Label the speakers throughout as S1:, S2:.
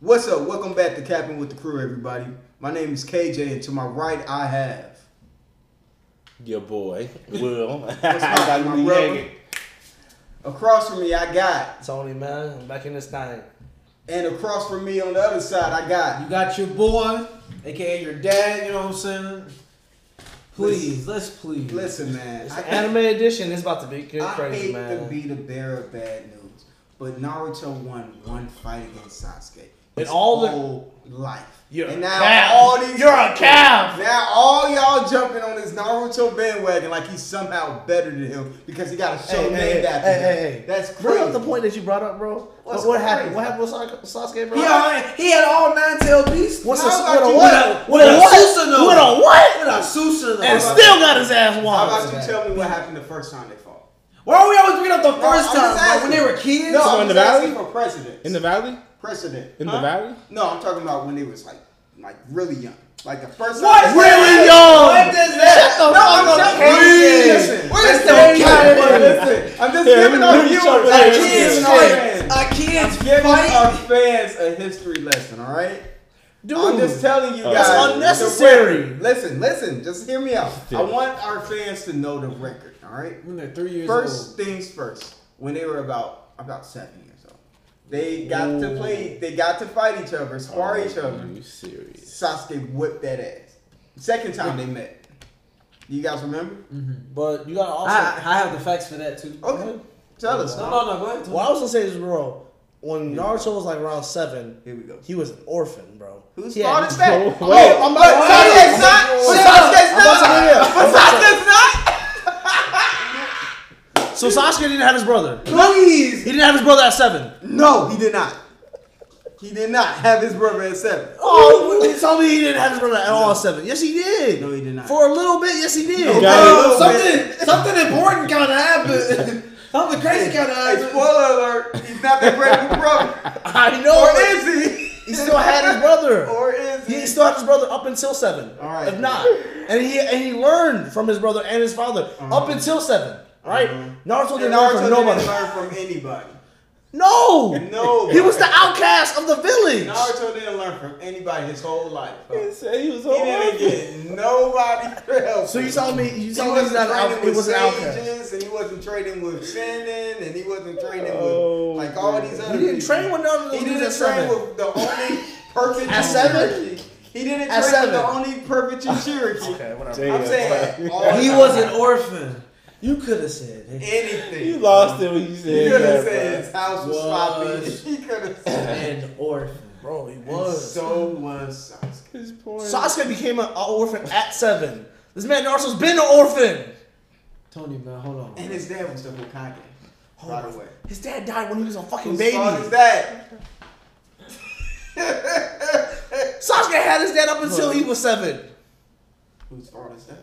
S1: What's up? Welcome back to Capping with the Crew, everybody. My name is KJ, and to my right, I have.
S2: Your boy, Will.
S1: What's up, my brother? Across from me, I got.
S3: Tony, man, I'm back in this thing.
S1: And across from me on the other side, I got.
S4: You got your boy, aka your dad, you know what I'm saying? Please, let's please.
S1: Listen, man.
S3: It's
S1: I
S3: the
S1: think-
S3: anime edition. It's about to be good
S1: I
S3: crazy,
S1: hate
S3: man.
S1: to be the bearer of bad news, but Naruto won one fight against Sasuke.
S3: And
S1: His
S3: all the-
S1: whole life.
S3: You're
S1: and
S3: a
S1: now
S3: cow.
S1: all these
S3: You're a cow.
S1: Now all y'all jumping on this Naruto bandwagon like he's somehow better than him because he got a show
S3: Hey,
S1: named
S3: hey,
S1: after
S3: hey,
S1: him.
S3: hey, hey.
S1: That's crazy.
S3: Bring up the point that you brought up, bro.
S1: What's
S3: What, what
S1: crazy?
S3: happened? What happened with Sa- Sasuke, bro?
S4: He, all, he had all nine tailed beasts.
S3: What's a,
S1: How
S3: what
S1: about
S3: a
S1: you-
S3: what?
S4: With a- with a Susanoo.
S3: What a what?
S4: With a Susanoo.
S3: And still got his ass
S1: How
S3: walloped.
S1: about you tell me what happened the first time they fought?
S4: Why are we always bringing up the
S1: No,
S4: first
S1: I'm just
S4: time? Like when
S1: asking.
S4: they were kids?
S1: No, I'm
S2: in the
S1: just asking
S2: valley?
S1: for precedent.
S2: In the valley?
S1: precedent.
S2: In the valley?
S1: No, I'm talking about when they was like, like really young, like the first.
S4: What?
S1: time-
S3: Really young.
S4: What is that?
S3: Shut the
S1: No, I'm
S3: fuck
S1: just
S3: up.
S1: kidding.
S4: Please.
S1: Listen,
S4: Where's
S1: listen, listen,
S4: the cat?
S1: listen. I'm just
S2: Yeah,
S1: giving
S2: we-
S1: our
S2: we
S1: viewers,
S2: talking
S1: our
S2: about
S4: A
S2: Please.
S1: kids,
S4: kid's
S2: kids.
S1: our
S4: fight.
S1: fans,
S4: A kid's
S1: giving our
S4: fight.
S1: fans a history lesson. All right.
S3: Dude,
S1: I'm just telling you guys.
S2: That's
S1: the
S3: unnecessary.
S1: record. Listen, listen. Just hear me out. I want our fans to know the record. All right.
S4: When they're three years
S1: First things first. When they were about about seven years old, they got to play. They got to fight each other, spar each other.
S2: you serious?
S1: Sasuke whipped that ass. Second time they met. Do you guys remember?
S3: But you gotta also.
S4: I, I have the facts for that too.
S1: Okay. Tell us.
S4: No, no, no, go ahead.
S3: Well, I was gonna say this, bro. When Naruto was like around seven,
S1: Here we go.
S3: he was an orphan, bro.
S1: Whose
S3: He had-
S1: fault is that?
S2: Wait,
S1: Oh,
S2: wait,
S1: I'm
S3: wait,
S1: about to tell you
S3: wait,
S1: it's not. But
S3: wait,
S1: Sasuke's
S3: I'm
S1: not. But
S3: about to-
S1: Sasuke's not.
S3: So Sasuke didn't have his brother. He
S1: Please.
S3: didn't have his brother at seven.
S1: No, he did not. He did not have his brother at seven.
S3: Oh, you told me he didn't have his brother at all seven. Yes, he did.
S1: No, he did not.
S3: For a little bit, yes, he did.
S1: No,
S2: got
S4: Bro,
S1: it.
S4: something, something important kind of happened. something crazy kind of
S1: Hey,
S4: happened.
S1: spoiler alert. He's not that great of a brother.
S3: I
S1: Or
S3: know. it.
S1: is he?
S3: He still had his brother.
S1: Or is he?
S3: He still had his brother up until seven.
S1: All right.
S3: If not, and he and he learned from his brother and his father up until seven. All right? Naruto
S1: And
S3: didn't learn
S1: Uh-huh. Naruto
S3: from
S1: didn't
S3: nobody.
S1: learn from anybody.
S3: No.
S1: No,
S3: He
S1: bro.
S3: was the outcast of the village.
S1: Naruto didn't learn from anybody his whole life. bro.
S2: He said he was
S1: He didn't get nobody for help.
S3: So you told me you
S1: He
S3: told me he's
S1: wasn't
S3: not an
S1: training
S3: out, he
S1: with
S3: was an outcast.
S1: sages, and he wasn't trading with Shannon, and he wasn't training
S2: Oh,
S1: with like all these other.
S3: He didn't
S1: people.
S3: train with none of those
S1: He
S3: dudes
S1: didn't
S3: at
S1: train
S3: seven.
S1: with the only perfect
S3: At seven?
S1: Yushiriki. He didn't
S3: At
S1: train with the
S3: seven.
S1: only perfect Yushiriki.
S3: Okay, whatever.
S1: I'm saying all
S4: He
S1: the
S4: was
S1: time.
S4: an orphan. You could have said it.
S1: anything.
S2: You lost it when you said
S1: He could have
S2: that,
S1: said his house was sloppy.
S4: Was.
S1: He could have said.
S4: An orphan.
S3: Bro, he
S1: And
S3: was.
S1: so was Sasuke.
S2: bro. His point.
S3: Sasuke became an orphan at seven. This man Naruto's been an orphan.
S4: Tony, man, hold on.
S1: And his dad was the Hokage. By the way.
S3: His dad died when he was a fucking
S1: Whose
S3: baby.
S1: fault is that?
S3: Sasuke had his dad up until he was seven.
S1: Whose fault is that?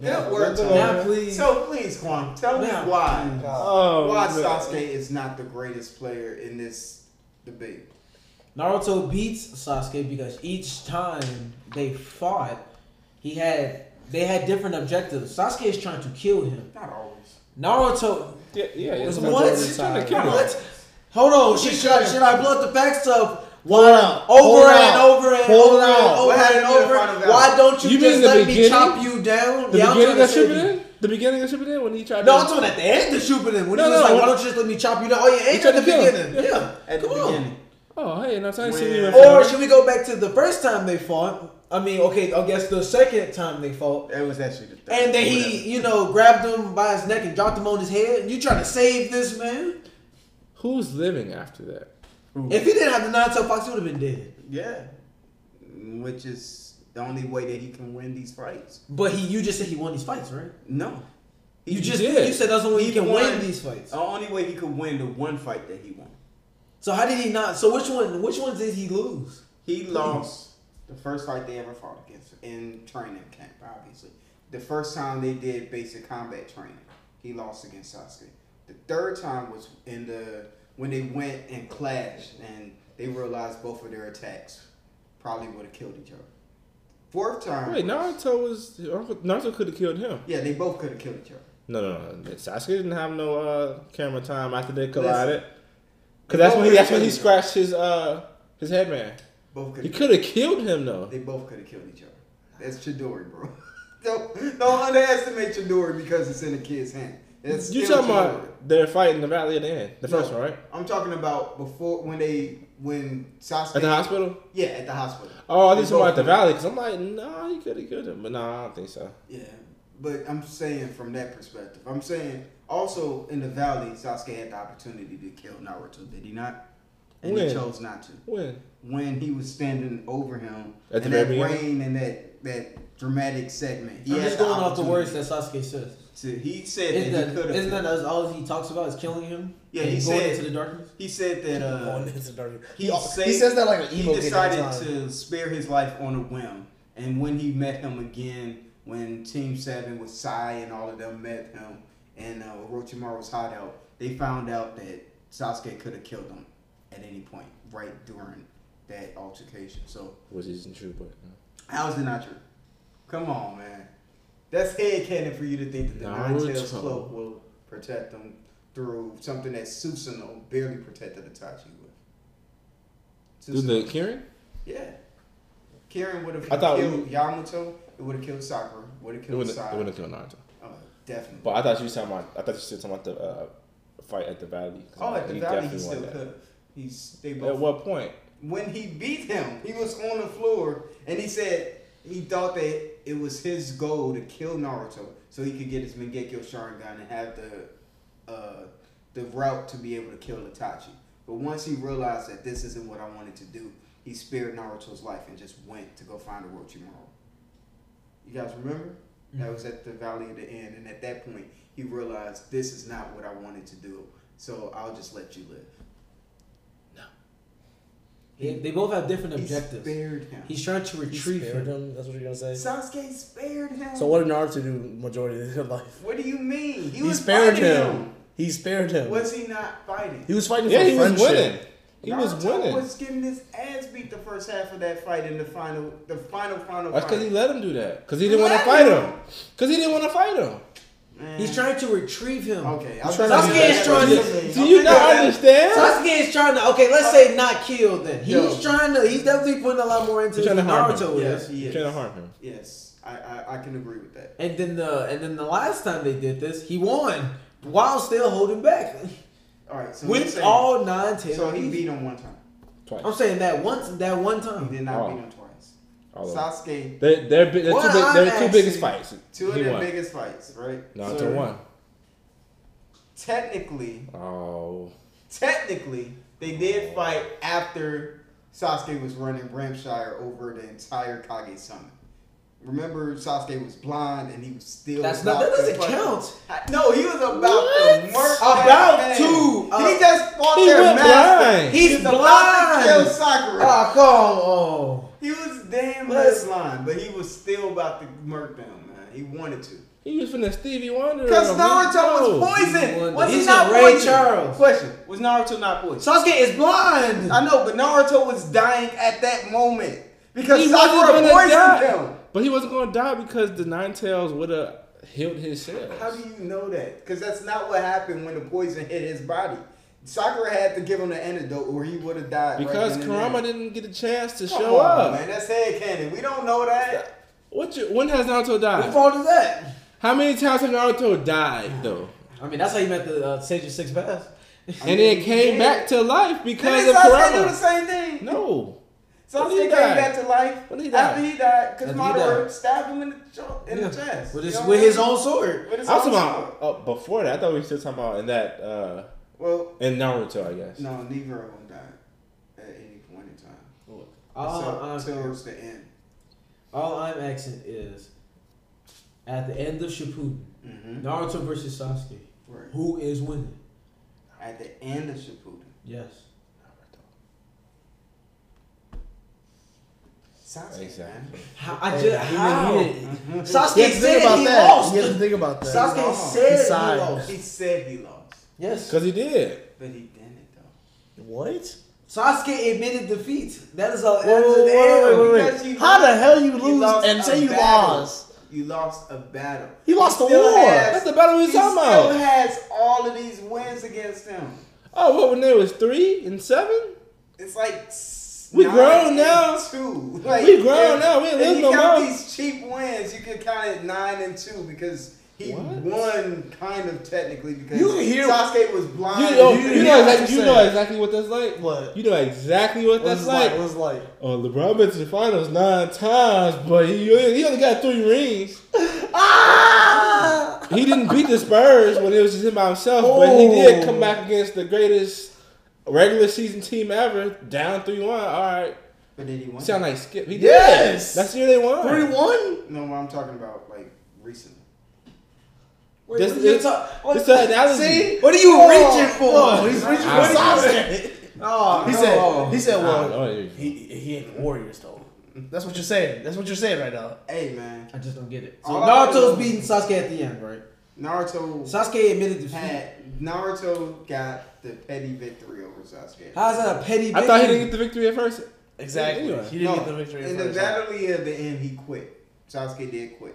S4: Now-
S1: That works.
S4: now, please.
S1: So please, Quan, tell me
S4: Now,
S1: why
S2: Oh,
S1: why
S2: man.
S1: Sasuke is not the greatest player in this debate.
S4: Naruto beats Sasuke because each time they fought, he had they had different objectives. Sasuke is trying to kill him.
S1: Not always.
S4: Naruto,
S2: Yeah, yeah. yeah.
S4: What?
S2: Majority of the time.
S4: Come on. hold on, should, should, should I blow up the facts up?
S3: Hold out.
S4: Over
S3: Hold
S4: and
S3: out.
S4: over and
S3: Hold
S4: over
S3: out.
S1: What
S4: and
S1: happened in
S4: over
S1: the
S4: and
S1: final
S4: over. Why
S1: battle?
S4: don't you,
S2: You mean
S4: just
S2: the
S4: let me
S2: beginning?
S4: chop you down?
S2: The
S4: Yeah, I'm
S2: beginning
S4: trying
S2: of
S4: to say-
S2: Shippuden? The beginning of Shippuden when he tried
S4: No, I'm
S2: to.
S4: talking about the end of Shippuden. When
S2: No,
S4: he was
S2: no,
S4: like,
S2: what-
S4: why don't you just let me chop you down? Oh yeah,
S2: He
S4: ain't
S2: tried
S4: at the
S2: to kill him.
S4: beginning. Yeah,
S1: At
S4: come
S1: the
S4: on.
S1: beginning.
S2: Oh, hey, and I'm trying to see
S1: Well,
S2: you.
S4: Or should we go back to the first time they fought? I mean, okay, I guess the second time they fought.
S1: That was actually the third.
S4: And then
S1: Whatever.
S4: he, you know, grabbed him by his neck and dropped him on his head. And you trying to save this man?
S2: Who's living after that?
S4: If he didn't have the nine-tailed fox, he would have been dead.
S1: Yeah. Which is the only way that he can win these fights.
S4: But he, you just said he won these fights, right?
S1: No.
S4: You just,
S2: did.
S4: you said that's the only way
S1: He
S4: you can
S1: won.
S4: win these fights.
S1: The only way he could win the one fight that he won.
S4: So how did he not? So which one? Which ones did he lose?
S1: He lost the first fight they ever fought against in training camp, obviously. The first time they did basic combat training, he lost against Sasuke. The third time was in the when they went and clashed and they realized both of their attacks probably would have killed each other. Fourth time
S2: Wait,
S1: was-
S2: Naruto was Naruto could have killed him.
S1: Yeah, they both could have killed each other.
S2: No, no, no. Sasuke didn't have no uh, camera time after they collided. Cause that's when he, that's when he scratched his uh his headband.
S1: Both could
S2: He could have killed him though.
S1: They both could have killed each other. That's Chidori, bro. don't don't underestimate Chidori because it's in a kid's hand. It's
S2: You
S1: still
S2: talking
S1: Chidori.
S2: about their fight in the Valley of the End, the
S1: No.
S2: first one, right?
S1: I'm talking about before when they when Sasuke
S2: At the hospital.
S1: Yeah, at the hospital.
S2: Oh, I
S1: They
S2: think somebody
S1: both
S2: at the
S1: did.
S2: Valley. Cause I'm like, nah, he could have killed him, but nah, I don't think so.
S1: Yeah, but I'm saying from that perspective. I'm saying also in the valley, Sasuke had the opportunity to kill Naruto, did he not? And he
S2: When?
S1: chose not to.
S2: When?
S1: When he was standing over him
S2: At the
S1: and that
S2: very beginning?
S1: rain and that that dramatic segment. He
S4: I'm
S1: had
S4: just going off the words
S1: opportunity
S4: that Sasuke says.
S1: to- he said
S4: Isn't
S1: that, he
S4: that,
S1: could
S4: isn't
S1: have.
S4: that as all he talks about is killing him?
S1: Yeah,
S4: And
S1: he
S4: going
S1: said-
S4: into the darkness.
S1: he said that uh,
S3: he,
S1: he,
S3: he
S1: saved,
S3: says that like an emo
S1: He
S3: kid every
S1: decided
S3: time.
S1: to spare his life on a whim, and when he met him again, when Team Seven with Sai and all of them met him, and uh, Orochimaru was hot out, they found out that Sasuke could have killed him at any point right during that altercation. So
S2: Which isn't true, but
S1: how's it not true? Come on, man. That's headcanon for you to think that the Nine Tails
S2: Naruto.
S1: cloak will protect them through something that Susanoo barely protected Itachi with.
S2: no. Dude, the Kieran?
S1: Yeah. Karen would have
S2: I thought
S1: killed Yamato. It would have killed Sakura. Would have
S2: It
S1: killed
S2: wouldn't it
S1: Sakura.
S2: wouldn't kill Naruto.
S1: Oh, definitely.
S2: But I thought you were talking about I thought you said talking about the uh, fight at the Valley. 'Cause
S1: oh, at the
S2: he
S1: valley, he
S2: definitely won
S1: still could
S2: that.
S1: have. He's they
S2: At
S1: both.
S2: what point?
S1: when he beat him, he was on the floor and he said he thought that it was his goal to kill Naruto so he could get his Mangekyo Sharingan and have the uh, the route to be able to kill Itachi. But once he realized that this isn't what I wanted to do, he spared Naruto's life and just went to go find Orochimaru. You guys remember? That was at the Valley of the End, and at that point, he realized this is not what I wanted to do. So I'll just let you live.
S4: They, they both have different
S1: He
S4: objectives.
S1: spared him.
S4: He's trying to retrieve him.
S3: him. That's what you're gonna say.
S1: Sasuke spared him.
S3: So what did Naruto do majority of his life?
S1: What do you mean? He,
S3: He,
S1: was
S3: spared
S1: fighting
S3: him.
S1: him.
S3: He spared him.
S1: Was he not fighting?
S3: He was fighting
S2: Yeah,
S3: for
S2: he was
S3: friendship.
S2: winning. He was
S1: Naruto
S2: winning.
S1: was getting his ass beat the first half of that fight in the final, the final, final.
S2: That's
S1: fight.
S2: because he let him do that. Because he didn't want
S1: Let
S2: to fight
S1: him.
S2: him. Because he didn't want to fight him.
S1: Man.
S4: He's trying to retrieve him.
S1: Okay,
S3: trying
S1: thought
S3: to
S1: he
S3: be
S1: was
S4: bad. Do you-
S1: something.
S2: Do you
S1: I'm
S2: not
S1: thinking-
S2: understand?
S4: Sasuke is trying to okay, let's say not kill then. He's
S1: Yo.
S4: trying to he's definitely putting a lot more into
S2: He's trying to harm him.
S4: Naruto
S1: Yes,
S4: is.
S1: he
S2: You're trying to
S1: is.
S2: harm him.
S1: Yes, I, I, I can agree with that.
S4: And then the and then the last time they did this, he won while still holding back.
S1: All right, so you're
S4: With
S1: saying-
S4: all nine tails.
S1: so he beat him one time.
S2: Twice.
S4: I'm saying that once that one time.
S1: He did not
S2: Oh.
S1: beat him twice.
S2: All of them.
S1: Sasuke,
S2: They're, they're, big- they're,
S4: What
S2: two, big,
S4: I'm
S2: they're two biggest
S4: asking-
S2: fights.
S1: two of
S2: he
S1: their
S2: won.
S1: biggest fights, right?
S2: Naruto
S1: So,
S2: won.
S1: Technically,
S2: Oh.
S1: technically, they did fight after Sasuke was running Ramshire over the entire Kage summit. Remember, Sasuke was blind and he was still.
S4: That's not that
S1: about to
S4: doesn't
S1: fucking-
S4: count.
S1: No, he was about to
S2: What?
S1: murk
S4: About
S1: that man.
S4: to, uh,
S1: he just fought
S2: he
S1: their
S2: went
S1: master.
S2: blind.
S1: He
S4: He's
S1: was about to kill
S4: blind.
S1: Sakura.
S4: Oh, come on.
S1: He was damn
S4: Let's-
S1: less blind, but he was still about to murk them, man. He wanted to.
S2: He was from the Stevie Wonder.
S1: Because
S2: We
S1: Naruto
S2: know.
S1: was
S4: He
S1: poisoned.
S4: won.
S1: Was he
S4: He's
S1: not
S4: a Ray
S1: poisoned?
S4: Charles.
S1: Question. Was Naruto not poisoned?
S4: Sasuke is blind.
S1: I know, but Naruto was dying at that moment. Because
S2: He wasn't
S1: Sakura
S2: gonna die.
S1: poisoned him.
S2: But he wasn't going to die because the Nine Tails would have healed his cells.
S1: How do you know that? Because that's not what happened when the poison hit his body. Sakura had to give him the antidote or he would have died.
S2: because
S1: right then and
S2: Kurama
S1: there.
S2: didn't get a chance to
S1: Come
S2: show
S1: on,
S2: up.
S1: Man, that's headcanon. We don't know that.
S2: What you, when has Naruto
S4: What
S2: died?
S4: fault is that?
S2: How many times has Naruto died though?
S4: I mean, that's how you met the uh, Sage of Six Paths.
S2: And then came
S1: yeah.
S2: back to life because
S1: Didn't
S2: of
S1: Sasuke do the
S2: Kurama.
S1: same thing?
S2: No.
S1: Sasuke
S2: When he
S1: came
S2: died.
S1: back to life
S2: When he
S1: after
S2: died.
S1: he died because
S4: After he
S1: Madara
S4: died.
S1: stabbed him in the, jo- in
S4: Yeah.
S1: the chest.
S4: With
S1: You
S4: his,
S1: know what
S4: with
S1: I
S4: his
S1: mean?
S4: own sword.
S1: With his
S2: I was
S1: own
S2: talking about uh, before that. I thought we were still talking about in that uh,
S1: Well,
S2: in Naruto, I guess.
S1: No, neither of them died at any point in time.
S4: All, I'm,
S1: so, towards the end.
S4: all I'm asking is, at the end of Shippuden,
S1: Mm-hmm.
S4: Naruto versus Sasuke,
S1: Right.
S4: who is winning?
S1: At the end of Shippuden,
S4: Yes.
S1: Sasuke.
S2: Exactly.
S4: How, I
S3: Hey,
S4: just
S3: he
S4: how?
S3: didn't- he
S1: Man.
S4: Sasuke
S3: He has to
S4: said
S3: Mm-hmm. think about
S4: he
S3: that.
S4: lost.
S3: He has to think about that.
S1: Stop.
S4: Sasuke
S1: lost.
S4: said
S3: He
S4: he,
S3: sighed.
S4: lost.
S1: Oh, he said he lost,
S4: Yes.
S2: Because he did.
S1: but he didn't though.
S3: What?
S4: Sasuke admitted defeat. That is a that
S3: Whoa,
S4: is
S3: whoa,
S4: an error.
S3: whoa, wait, wait, wait.
S1: Because you
S3: How the
S1: lost-
S3: hell you
S1: you
S3: lose
S1: lost
S3: and say
S1: a
S3: you
S1: battle.
S3: lost?
S1: You lost a battle.
S3: He lost a
S1: still
S3: war.
S1: has-
S2: That's the battle we
S1: He
S2: was talking
S1: still
S2: about.
S1: has all of these wins against him.
S2: Oh, what when they was three and seven?
S1: It's like s-
S2: We
S1: nine
S2: grown
S1: and
S2: now.
S1: Two. Like,
S2: We grown
S1: if-
S2: now. We ain't
S1: if
S2: live
S1: you
S2: no
S1: count
S2: more.
S1: these cheap wins, you can count it nine and two because he
S2: What?
S1: won kind of technically because
S3: You can hear-
S1: Sasuke was blind.
S2: You know,
S3: you know
S2: you know,
S3: what
S2: exactly,
S3: you
S2: you know
S3: said.
S2: exactly what that's like.
S3: What?
S2: You know exactly what that's
S3: What's
S2: like.
S3: like? What's like?
S2: Oh, LeBron been to the finals nine times, but he, he only got three rings.
S3: Ah!
S2: He didn't beat the Spurs when it was just him by himself, but he did
S3: Oh.
S2: come back against the greatest regular season team ever, down three one. All right,
S1: But did he win?
S2: sound like Skip. He
S3: Yes!
S2: did. That's the year they won.
S3: Three one.
S1: no, what I'm talking about like recently.
S4: Wait,
S2: This-
S4: what are you
S2: this-
S4: talk- what-
S2: It's an analogy.
S3: See?
S4: What are you
S3: Oh,
S4: reaching for?
S3: No, he's reaching for
S2: Ah.
S3: Sasuke.
S4: Oh,
S3: He
S4: no.
S3: said. He said.
S2: I
S3: Well,
S2: don't know.
S3: he he ain't the Warriors though. That's what you're saying. That's what you're saying right now.
S1: Hey man,
S4: I just don't get it. So
S1: All I know-
S4: Naruto's beating Sasuke at the end, right?
S1: Naruto
S4: Sasuke admitted defeat.
S1: had Naruto got the petty victory over Sasuke.
S4: How's that a petty?
S2: I thought
S4: victory?
S2: he didn't get the victory at first.
S3: Exactly.
S2: Anyway.
S3: He didn't
S1: No,
S3: get the victory.
S1: In
S3: first
S1: the
S3: round.
S1: battle at the end, he quit. Sasuke did quit.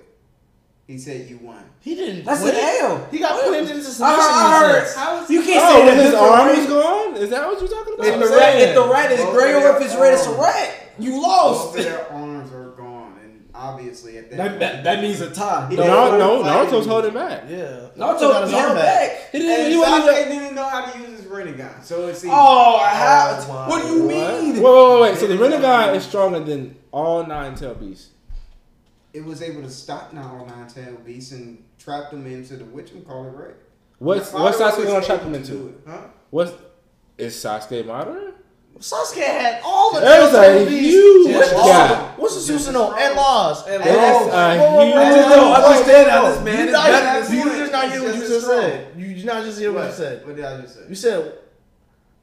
S1: He said, "You won."
S3: He didn't.
S4: That's
S3: quit.
S4: an L.
S3: He got put into the submission.
S4: I heard- I heard-
S1: How is
S4: You can't
S2: Oh,
S4: say
S2: when
S4: that his
S2: his arm was gone? Is that what you're talking about?
S4: If
S3: I'm
S4: the rat,
S3: saying.
S4: if the rat is
S1: Both
S4: gray
S1: of
S4: or
S1: their
S4: if it's red, it's a
S1: arms.
S4: rat. You
S1: Both of
S4: lost.
S1: their arms are gone, and obviously at that,
S4: That, that, that means a tie.
S1: He
S2: No,
S1: did
S2: Nar- no,
S1: whole fight.
S2: Naruto's holding back.
S3: Yeah.
S4: Naruto held back.
S2: He
S1: and
S2: didn't. He
S1: Sasuke
S2: wasn't. even-
S1: didn't know how to use his Rinnegan, so it's even-
S4: Oh, how?
S3: my
S4: what do you
S3: What?
S4: mean?
S2: Whoa, whoa, wait. So the Renegade is stronger than all nine tail beasts.
S1: it was able to stop now nine tailed beasts and trap them into the witch and call it right.
S2: What's
S1: My
S2: what's
S1: father
S2: Sasuke
S1: was
S2: gonna trap
S1: able
S2: him
S1: to do
S2: into?
S1: it, Huh?
S2: What's is Sasuke modern?
S3: Sasuke had all the
S2: There's
S3: Telltale
S2: a
S3: beasts.
S2: huge
S3: What's
S2: gap.
S3: the- What's the
S1: Just
S3: Susanoo?
S1: as
S3: And laws. And
S4: That's
S3: uh,
S2: a
S4: I just don't understand how this man
S3: You
S4: is
S3: not-
S4: better
S1: than
S3: you
S1: Susanoo.
S3: did not hear what you
S1: Just
S3: just
S1: as strong.
S3: said. You did not just hear what you said.
S1: What did I just
S3: You
S1: say?
S3: said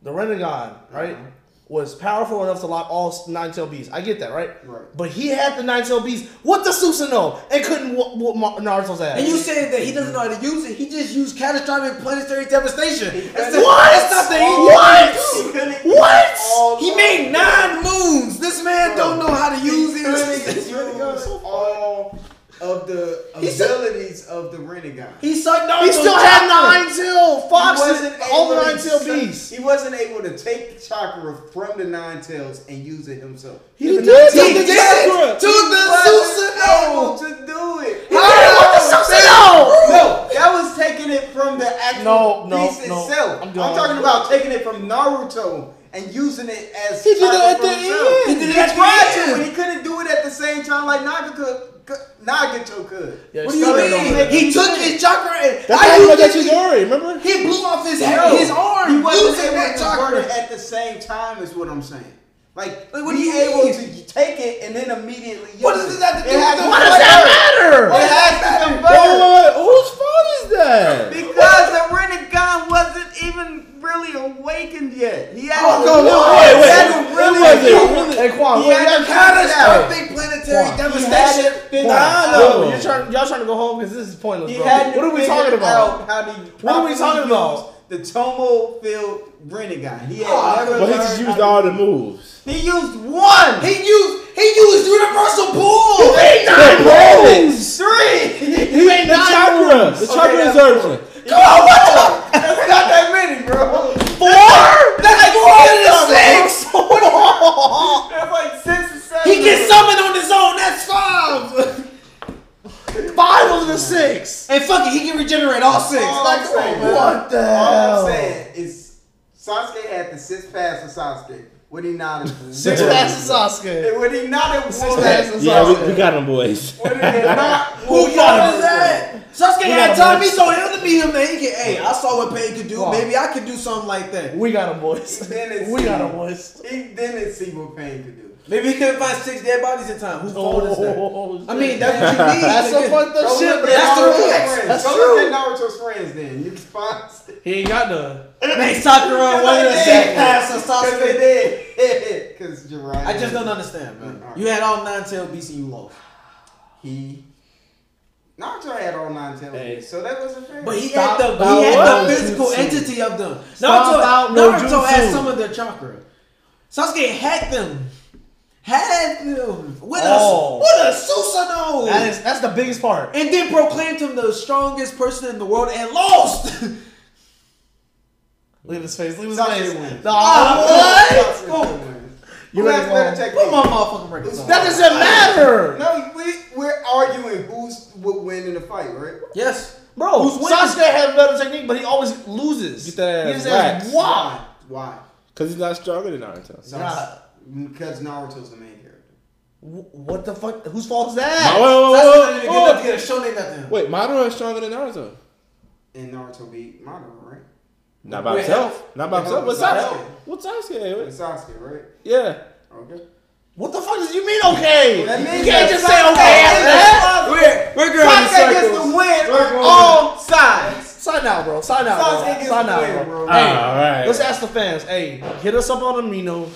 S3: the Renegon, right,
S1: Mhm.
S3: was powerful enough to lock all nine tail beasts. I get that, right?
S1: Right.
S3: But he had the nine tail beasts with the Susanoo and couldn't whoop, whoop Ma- Naruto's ass.
S4: And you said that he doesn't know how to use it. He just used catastrophic planetary devastation. That's the-
S3: What?
S4: That's not the
S3: All-
S1: He
S3: What?
S1: couldn't-
S3: What?
S1: All-
S4: He made nine moons. This man don't know how to
S1: He
S4: use
S1: couldn't
S4: it.
S1: use all of the
S4: He said-
S1: abilities of the Renegon.
S4: He sucked Naruto's
S3: He still had nine tail foxes,
S1: wasn't
S3: all the
S1: able to
S3: nine tail
S1: suck-
S3: beasts.
S1: He wasn't able to take the chakra from the nine tails and use it himself.
S3: He
S2: He
S3: did
S2: did.
S4: He
S3: take
S4: did
S3: the
S4: it
S3: chakra.
S4: to the
S1: wasn't able
S4: Susanoo.
S1: to do it.
S3: He did it with the Susanoo.
S1: No, that was taking it from the
S3: No,
S1: actual
S3: no,
S1: piece
S3: no.
S1: itself.
S3: I'm
S1: I'm,
S3: done.
S1: talking about taking it from Naruto and using it as
S2: He did
S1: chakra
S2: it at
S1: for
S2: the
S1: himself.
S2: end.
S4: He did it
S1: He
S4: at the
S1: tried to,
S4: end.
S1: but he couldn't do it at the same time like Nagato could. Nagato could.
S3: Yeah,
S4: What do you
S3: Susanoo
S1: don't
S4: mean?
S1: make
S3: was-
S4: He
S1: any
S4: took
S1: sense.
S4: his chakra and
S2: That's
S4: How
S2: how
S4: you
S2: you got
S4: think
S2: your
S4: he-
S2: story. Remember?
S4: He blew off his head,
S1: No.
S4: his arm.
S1: He wasn't
S4: using
S1: able
S4: that
S1: to
S4: chakra.
S1: convert it at the same time. Is what I'm saying. Like,
S4: Like, what
S1: be
S4: do you
S1: able
S4: mean?
S1: to take it and then immediately. Use
S4: What
S1: it.
S4: does this have to
S1: It
S4: do
S1: has
S4: with
S1: to
S4: the-
S3: What does that matter?
S1: It has to
S2: Wait, wait,
S1: convert
S2: wait. Whose fault is that?
S1: because the Renegon wasn't even really awakened yet. He had
S4: Oh,
S1: to
S4: no, no,
S1: he
S4: wait, wait.
S1: had to
S2: It
S1: really
S2: wasn't
S1: do it.
S2: really-
S3: Hey Quan,
S1: He had
S3: what-
S1: to
S4: Catastrophic planetary
S3: Come on.
S4: devastation.
S1: figured
S3: Nah,
S1: out.
S3: no,
S2: Oh.
S3: you're trying, y'all trying to go home because this is pointless,
S1: He
S3: bro.
S1: had to
S3: What are we
S1: figure
S3: talking about?
S1: out How to
S3: What are we talking
S1: properly
S3: about?
S1: use The Tomo filled Renegon. He had
S4: Oh,
S1: never
S2: But he
S1: learned
S2: just
S1: how
S2: used
S1: to
S2: all
S1: use
S2: the moves.
S1: He used one.
S4: He used he used universal pull.
S2: The planets.
S1: three.
S2: He made the chakra. The chakra
S1: that's
S2: is urgent.
S1: Come on, what the? That's not that many, bro.
S3: Four?
S4: That's like four to six.
S1: That's like six or seven.
S4: He gets summoned on his own. That's five.
S3: Five of the six.
S4: And fuck it, he can regenerate all six.
S1: All
S4: like
S1: I'm
S4: come on,
S1: saying,
S4: man.
S1: man.
S3: What the
S1: All
S3: hell?
S1: I'm saying is Sasuke had the six pass of Sasuke. Would he not have?
S3: Six passes Sasuke.
S1: Would he not have
S3: Six
S1: won that?
S3: passes.
S2: Yeah, we, we got him, boys.
S1: Would he not?
S4: Who
S1: won
S4: thought of that? Sasuke had
S3: got
S4: time. He saw him to be him. Man, he can. Hey, I saw what Pain could do.
S3: Wow.
S4: Maybe I could do something like that.
S3: We got him, boys.
S1: Then it's-
S3: We got him, boys.
S1: He didn't see what Pain could do.
S4: Maybe he couldn't find six dead bodies in time. Who fault is that?
S3: Oh,
S4: I mean, that's what you need.
S3: that's some
S4: nigga.
S3: fucked up
S1: Go
S3: shit,
S1: look at
S3: bro.
S4: That's the
S1: Naruto's
S4: facts.
S1: friends.
S3: That's
S1: Go
S3: true.
S1: look at Naruto's friends. Then you can find.
S3: He ain't got none.
S4: Man, Sakura wanted a safe pass of
S1: Because they
S4: Sasuke.
S1: did. Because Jiraiya.
S4: I just don't understand, man.
S1: Mm,
S4: You had all nine tailed beasts and you lost.
S1: He. Naruto had all nine tails,
S2: Hey.
S1: so that wasn't fair.
S4: But he
S3: Stop
S4: had the
S3: out
S4: he had
S3: Rojutsu.
S4: the physical entity of them.
S3: Stop
S4: Naruto,
S3: out
S4: Naruto
S3: Rojutsu.
S4: had some of their chakra. Sasuke had them. Had them with
S3: Oh.
S4: a with a Susanoo.
S3: That is, that's the biggest part.
S4: and then proclaimed him the strongest person in the world and lost.
S5: Look at his face. Look at his
S1: Sasuke
S5: face.
S1: wins.
S5: No,
S1: Sasuke wins.
S3: You
S1: Who
S3: ready
S1: has
S3: for-
S1: better technique?
S5: Put my motherfucking records on.
S3: That doesn't matter,
S1: No, we we're arguing who's would win in the fight, right?
S4: Yes.
S3: bro.
S5: Who's winning?
S3: Sasuke has better technique, but he always loses.
S2: Get that
S3: His
S2: ass waxed.
S3: why?
S1: Why?
S2: Because he's not stronger than Naruto.
S1: Sasuke- Because Naruto's the main character.
S3: Wh- What the fuck? Whose fault is that?
S2: Wait, wait,
S4: Sasuke
S2: wait,
S4: didn't
S2: wait,
S4: even get up
S2: wait.
S4: to get a show name nothing.
S2: Wait, Madara is stronger than Naruto.
S1: And Naruto beat Madara, right?
S2: Not by
S4: Wait,
S2: himself. Not by
S1: hell,
S2: himself. What's
S1: what the
S2: Sasuke?
S1: hell?
S2: What's Sasuke?
S1: It's Sasuke, right?
S2: Yeah.
S1: Okay.
S3: What the fuck does you mean? Okay,
S1: That
S3: you
S1: means that
S3: can't just
S1: Sasuke
S3: say okay after that.
S4: We're we're going in
S1: Sasuke gets the
S4: circles.
S1: win on
S4: going-
S1: all sides.
S3: Sign out, bro. Sign out,
S1: Sasuke
S3: bro.
S1: gets
S3: Sign
S1: the
S3: out,
S1: win, bro.
S3: bro. Hey,
S2: Ah, all right.
S3: let's ask the fans. Hey, hit us up on Amino.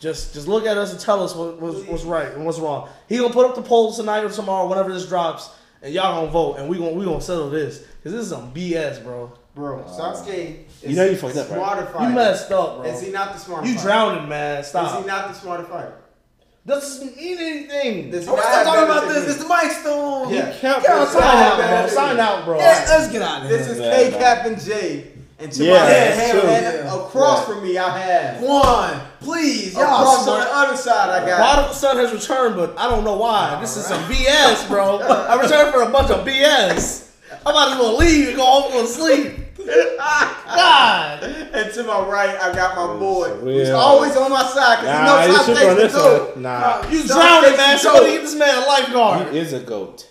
S3: Just, just look at us and tell us what, what's, what's right and what's wrong. He gonna put up the polls tonight or tomorrow, whenever this drops, and y'all gonna vote, and we gonna we gonna settle this because this is some BS, bro.
S1: Bro, Sasuke is
S2: You know you fucked up, right?
S1: smarter fighter.
S3: You messed up, bro.
S1: Is he not the smarter
S3: You
S1: fighter?
S3: drowning, man.
S1: Is
S3: Stop.
S1: he not the smarter fighter?
S3: That doesn't mean anything.
S1: Does he
S4: Are we
S1: not
S4: still
S1: have
S4: talking
S1: better
S4: about this?
S1: technique?
S4: It's the mic still on.
S1: Yeah.
S2: Cap
S3: Yo,
S2: is-
S3: sign out, bro.
S1: better
S3: Sign
S1: than-
S3: out, bro.
S4: Yeah, let's get out of here.
S1: This is
S2: Yeah,
S1: K
S2: man.
S1: Cap and J. And to
S2: Yeah,
S1: my
S2: that's
S1: head,
S2: true.
S1: and across from me, I have.
S4: One, please, y'all.
S1: across on
S4: smart.
S1: the other side, I got.
S3: Prodigal son has returned, but I don't know why. this is some BS, bro. I returned for a bunch of BS. I might as well leave and go home and go to sleep. God.
S1: And to my right, I got my boy, who's
S2: real.
S1: always on my side
S2: Nah, you
S1: because
S2: should
S1: he
S2: on
S1: knows
S2: this
S1: how to
S2: one.
S1: do.
S2: Nah,
S3: You drowning, man. Somebody get this man a lifeguard.
S2: he is a goat.